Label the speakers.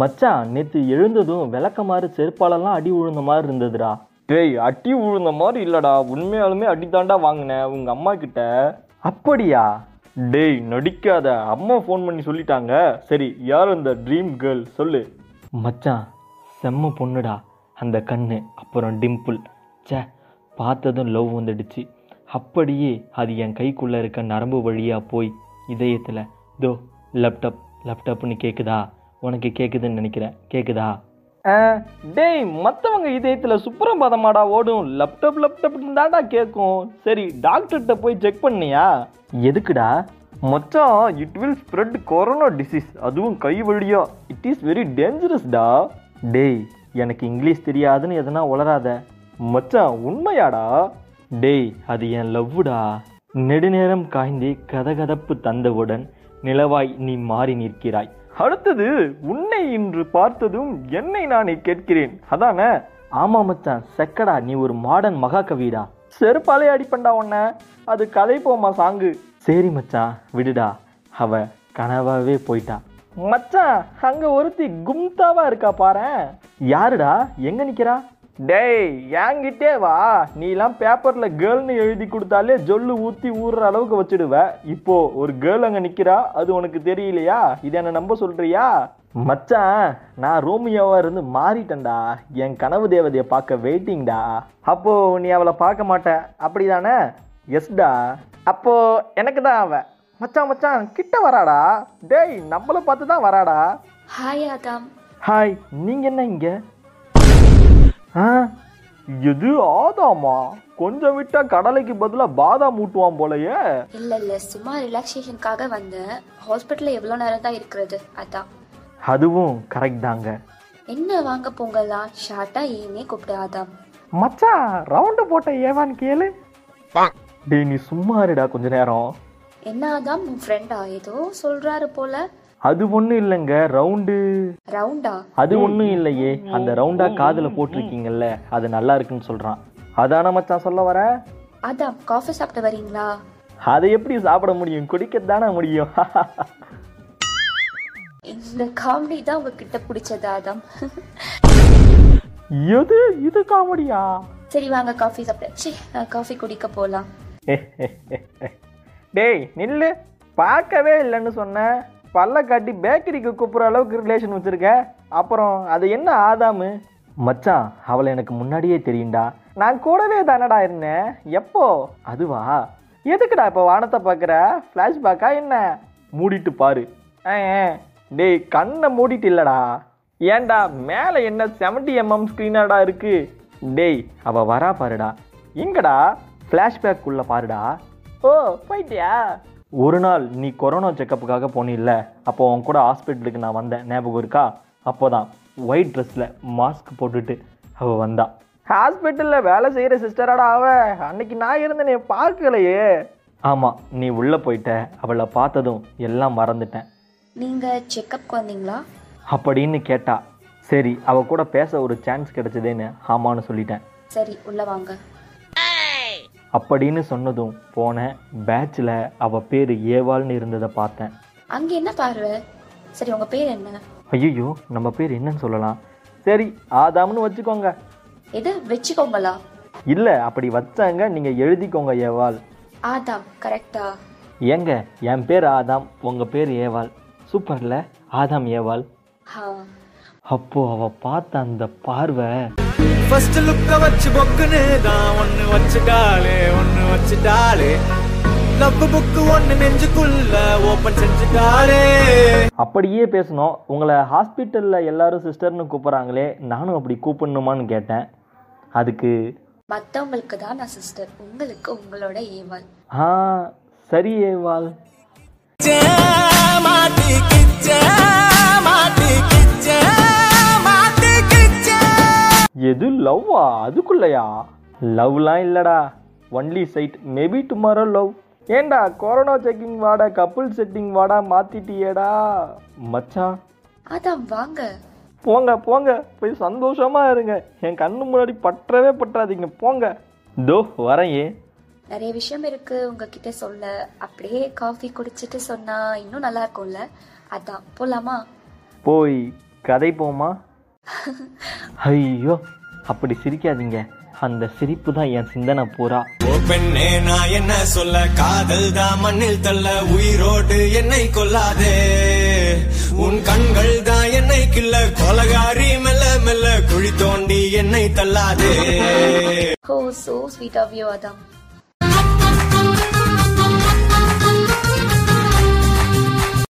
Speaker 1: மச்சான் நேற்று எழுந்ததும் விளக்கமாறு செருப்பாலெல்லாம் அடி விழுந்த மாதிரி இருந்ததுடா டேய் அடி விழுந்த மாதிரி இல்லடா உண்மையாலுமே அடிதாண்டா வாங்கினேன் உங்க அம்மா கிட்ட அப்படியா டேய் நடிக்காத அம்மா ஃபோன் பண்ணி சொல்லிட்டாங்க சரி யார் அந்த ட்ரீம் கேர்ள் சொல்லு மச்சான் செம்ம பொண்ணுடா அந்த கண்ணு அப்புறம் டிம்பிள் ச்சே பார்த்ததும் லவ் வந்துடுச்சு அப்படியே அது என் கைக்குள்ளே இருக்க நரம்பு வழியாக போய் இதயத்தில் தோ லேப்டாப் லேப்டாப்னு கேட்குதா உனக்கு கேட்குதுன்னு நினைக்கிறேன் கேட்குதா டேய் மற்றவங்க இதயத்தில் சுப்பரபாதமாடா ஓடும் லேப்டாப் லேப்டாப்னு தான்டா கேட்கும் சரி டாக்டர்கிட்ட போய் செக் பண்ணியா எதுக்குடா மச்சான் it will spread corona disease அதுவும் கை வழியா இட் இஸ் வெரி டேஞ்சரஸ்டா டேய் எனக்கு இங்கிலீஷ் தெரியாதுன்னு எதனா உளராத மச்சான் உண்மையாடா டேய் அது என் லவ்வுடா நெடுநேரம் காய்ந்து கதகதப்பு தந்தவுடன் நிலவாய் நீ மாறி நிற்கிறாய் அடுத்தது உன்னை இன்று பார்த்ததும் என்னை நானே கேட்கிறேன் அதானே ஆமா மச்சான் செக்கடா நீ ஒரு மாடர்ன் மகாகவிடா செருப்பாலே அடிப்பண்டா உன்ன அது கதை போமா சாங்கு சரி மச்சான் விடுடா அவ கனவாவே போயிட்டா மச்சான் அங்க ஒருத்தி கும்தாவா இருக்கா பாரேன் யாருடா எங்க நிக்கிறா டேய் என்கிட்டே வா நீலாம் பேப்பர்ல கேர்ள்னு எழுதி கொடுத்தாலே ஜொல்லு ஊத்தி ஊறுற அளவுக்கு வச்சிடுவ இப்போ ஒரு கேர்ள் அங்க நிக்கிறா அது உனக்கு தெரியலையா இதை என்ன நம்ப சொல்றியா மச்சான் நான் ரோமியோவா இருந்து மாறிட்டேன்டா என் கனவு தேவதையை பார்க்க வெயிட்டிங்டா அப்போ நீ அவளை பார்க்க மாட்ட அப்படிதானே எஸ்டா அப்போ எனக்கு தான் அவ மச்சான் மச்சான் கிட்ட வராடா டேய் நம்மள பார்த்து தான் வராடா
Speaker 2: ஹாய் ஆதாம்
Speaker 1: ஹாய் நீங்க என்ன இங்க ஆ எது ஆதாமா கொஞ்சம் விட்டா கடலைக்கு பதிலா பாதாம் ஊட்டுவான் போலயே
Speaker 2: இல்ல இல்ல சும்மா ரிலாக்ஸேஷனுக்காக வந்தேன் ஹாஸ்பிட்டல்ல எவ்வளவு நேரம் தான் இருக்கிறது அதான்
Speaker 1: அதுவும் கரெக்ட் தாங்க
Speaker 2: என்ன வாங்க போங்கலாம் ஷார்ட்டா ஏனே கூப்பிடு ஆதாம்
Speaker 1: மச்சான் ரவுண்டு போட்ட ஏவான்னு கேளு டேய் நீ சும்மா இருடா கொஞ்ச நேரம்
Speaker 2: என்ன ஆதாம் உன் ஃப்ரெண்டா ஏதோ சொல்றாரு போல
Speaker 1: அது ஒன்றும் இல்லைங்க ரவுண்டு
Speaker 2: ரவுண்டா
Speaker 1: அது ஒன்றும் இல்லையே அந்த ரவுண்டா காதில் போட்டிருக்கீங்கல்ல அது நல்லா இருக்குன்னு சொல்கிறான் அதான மச்சான் சொல்ல வர
Speaker 2: ஆதாம் காஃபி சாப்பிட்டு வரீங்களா
Speaker 1: அதை எப்படி சாப்பிட முடியும் குடிக்கத்தானே முடியும்
Speaker 2: இந்த காமெடி தான் உங்ககிட்ட பிடிச்சது ஆதாம்
Speaker 1: எது இது காமெடியா
Speaker 2: சரி வாங்க காஃபி சாப்பிட சி காஃபி குடிக்க போலாம்
Speaker 1: டேய் நில்லு பார்க்கவே இல்லைன்னு சொன்னேன் பல்ல காட்டி பேக்கரிக்கு கூப்பிட்ற அளவுக்கு ரிலேஷன் வச்சுருக்க அப்புறம் அது என்ன ஆதாமு மச்சான் அவளை எனக்கு முன்னாடியே தெரியும்டா நான் கூடவே தானடா இருந்தேன் எப்போ அதுவா எதுக்குடா இப்போ வானத்தை பார்க்குற ஃப்ளாஷ்பேக்கா என்ன மூடிட்டு பாரு ஆ, ஆ. டேய் கண்ணை மூடிட்டு இல்லடா ஏன்டா மேலே என்ன செவன்டி எம்எம் ஸ்க்ரீனாடா இருக்கு டேய் அவ வரா பாருடா எங்கடா ஃப்ளாஷ்பேக் உள்ள பாருடா ஓ போயிட்டியா ஒரு நாள் நீ கொரோனா செக்கப்புக்காக போனில்ல அப்போ உன் கூட ஹாஸ்பிட்டலுக்கு நான் வந்தேன் ஞாபகம் இருக்கா அப்போதான் ஒயிட் ட்ரெஸ்ஸில் மாஸ்க் போட்டுட்டு அவ வந்தா ஹாஸ்பிட்டலில் வேலை செய்கிற சிஸ்டராடா அவ அன்னைக்கு நான் இருந்தேனே பார்க்கலையே ஆமாம் நீ உள்ளே போயிட்ட அவளை பார்த்ததும் எல்லாம் மறந்துட்டேன்
Speaker 2: நீங்க செக்கப்க்கு வந்தீங்களா
Speaker 1: அப்படின்னு கேட்டா சரி அவ கூட பேச ஒரு சான்ஸ் கிடைச்சதேன்னு ஆமான்னு சொல்லிட்டேன்
Speaker 2: சரி உள்ள வாங்க
Speaker 1: அப்படின்னு சொன்னதும் போன பேட்சில் அவ பேர் ஏவாள்னு இருந்ததை பார்த்தேன்
Speaker 2: அங்க என்ன பார்வை சரி உங்க பேர் என்ன
Speaker 1: ஐயோ நம்ம பேர் என்னன்னு சொல்லலாம் சரி ஆதாம்னு வச்சுக்கோங்க
Speaker 2: எது வச்சுக்கோங்களா
Speaker 1: இல்லை அப்படி வச்சாங்க நீங்கள் எழுதிக்கோங்க ஏவாள்
Speaker 2: ஆதாம் கரெக்டா
Speaker 1: ஏங்க என் பேர் ஆதாம் உங்கள் பேர் ஏவாள் சூப்பர்ல ஆதாம் ஏவாள்
Speaker 2: ஹா
Speaker 1: அப்போ அவ பார்த்த அந்த பார்வை
Speaker 3: ஃபர்ஸ்ட் லுக்க வச்சு பொக்குன்னு தான் ஒன்னு வச்சுட்டாளே ஒன்னு வச்சுட்டாளே லவ் புக்கு ஒன்னு நெஞ்சுக்குள்ள ஓபன் செஞ்சுட்டாளே
Speaker 1: அப்படியே பேசணும் உங்களை ஹாஸ்பிட்டலில் எல்லாரும் சிஸ்டர்னு கூப்பிட்றாங்களே நானும் அப்படி கூப்பிடணுமான்னு கேட்டேன் அதுக்கு
Speaker 2: மற்றவங்களுக்கு தான் நான் சிஸ்டர் உங்களுக்கு உங்களோட ஏவாள்
Speaker 1: ஆ சரி ஏவாள்
Speaker 3: ஜே, மாட்டி கிச்சே, மாட்டி கிச்சே, மாட்டி கிச்சே.
Speaker 1: எது லவ்வா அதுக்குள்ளையா லவ்லாம் இல்லைடா only sight maybe tomorrow love ஏண்டா கொரோனா செக்கிங் வாட கப்புள் செட்டிங் வாடா மாத்திட்டியேடா மச்சான்
Speaker 2: அதான் வாங்க
Speaker 1: போங்க போங்க போய் சந்தோஷமா இருங்க என் கண்ணு முன்னாடி பற்றவே பற்றாதீங்க போங்க தோ வரேன் ஏன்
Speaker 2: நிறைய விஷயம் இருக்கு உங்ககிட்ட சொல்ல அப்படியே காஃபி குடிச்சிட்டு சொன்னா இன்னும் நல்லா இருக்கும்ல அதான் போலாமா
Speaker 1: போய் கதை போமா ஐயோ அப்படி சிரிக்காதீங்க அந்த சிரிப்பு தான் என் சிந்தனை பூரா
Speaker 3: ஓ பெண்ணே நான் என்ன சொல்ல காதல் தான் மண்ணில் தள்ள உயிரோடு என்னை கொல்லாதே உன் கண்கள் தான் என்னை கிள்ள கொலகாரி மெல்ல மெல்ல குழி தோண்டி என்னை தள்ளாதே
Speaker 2: oh so sweet of you அதான்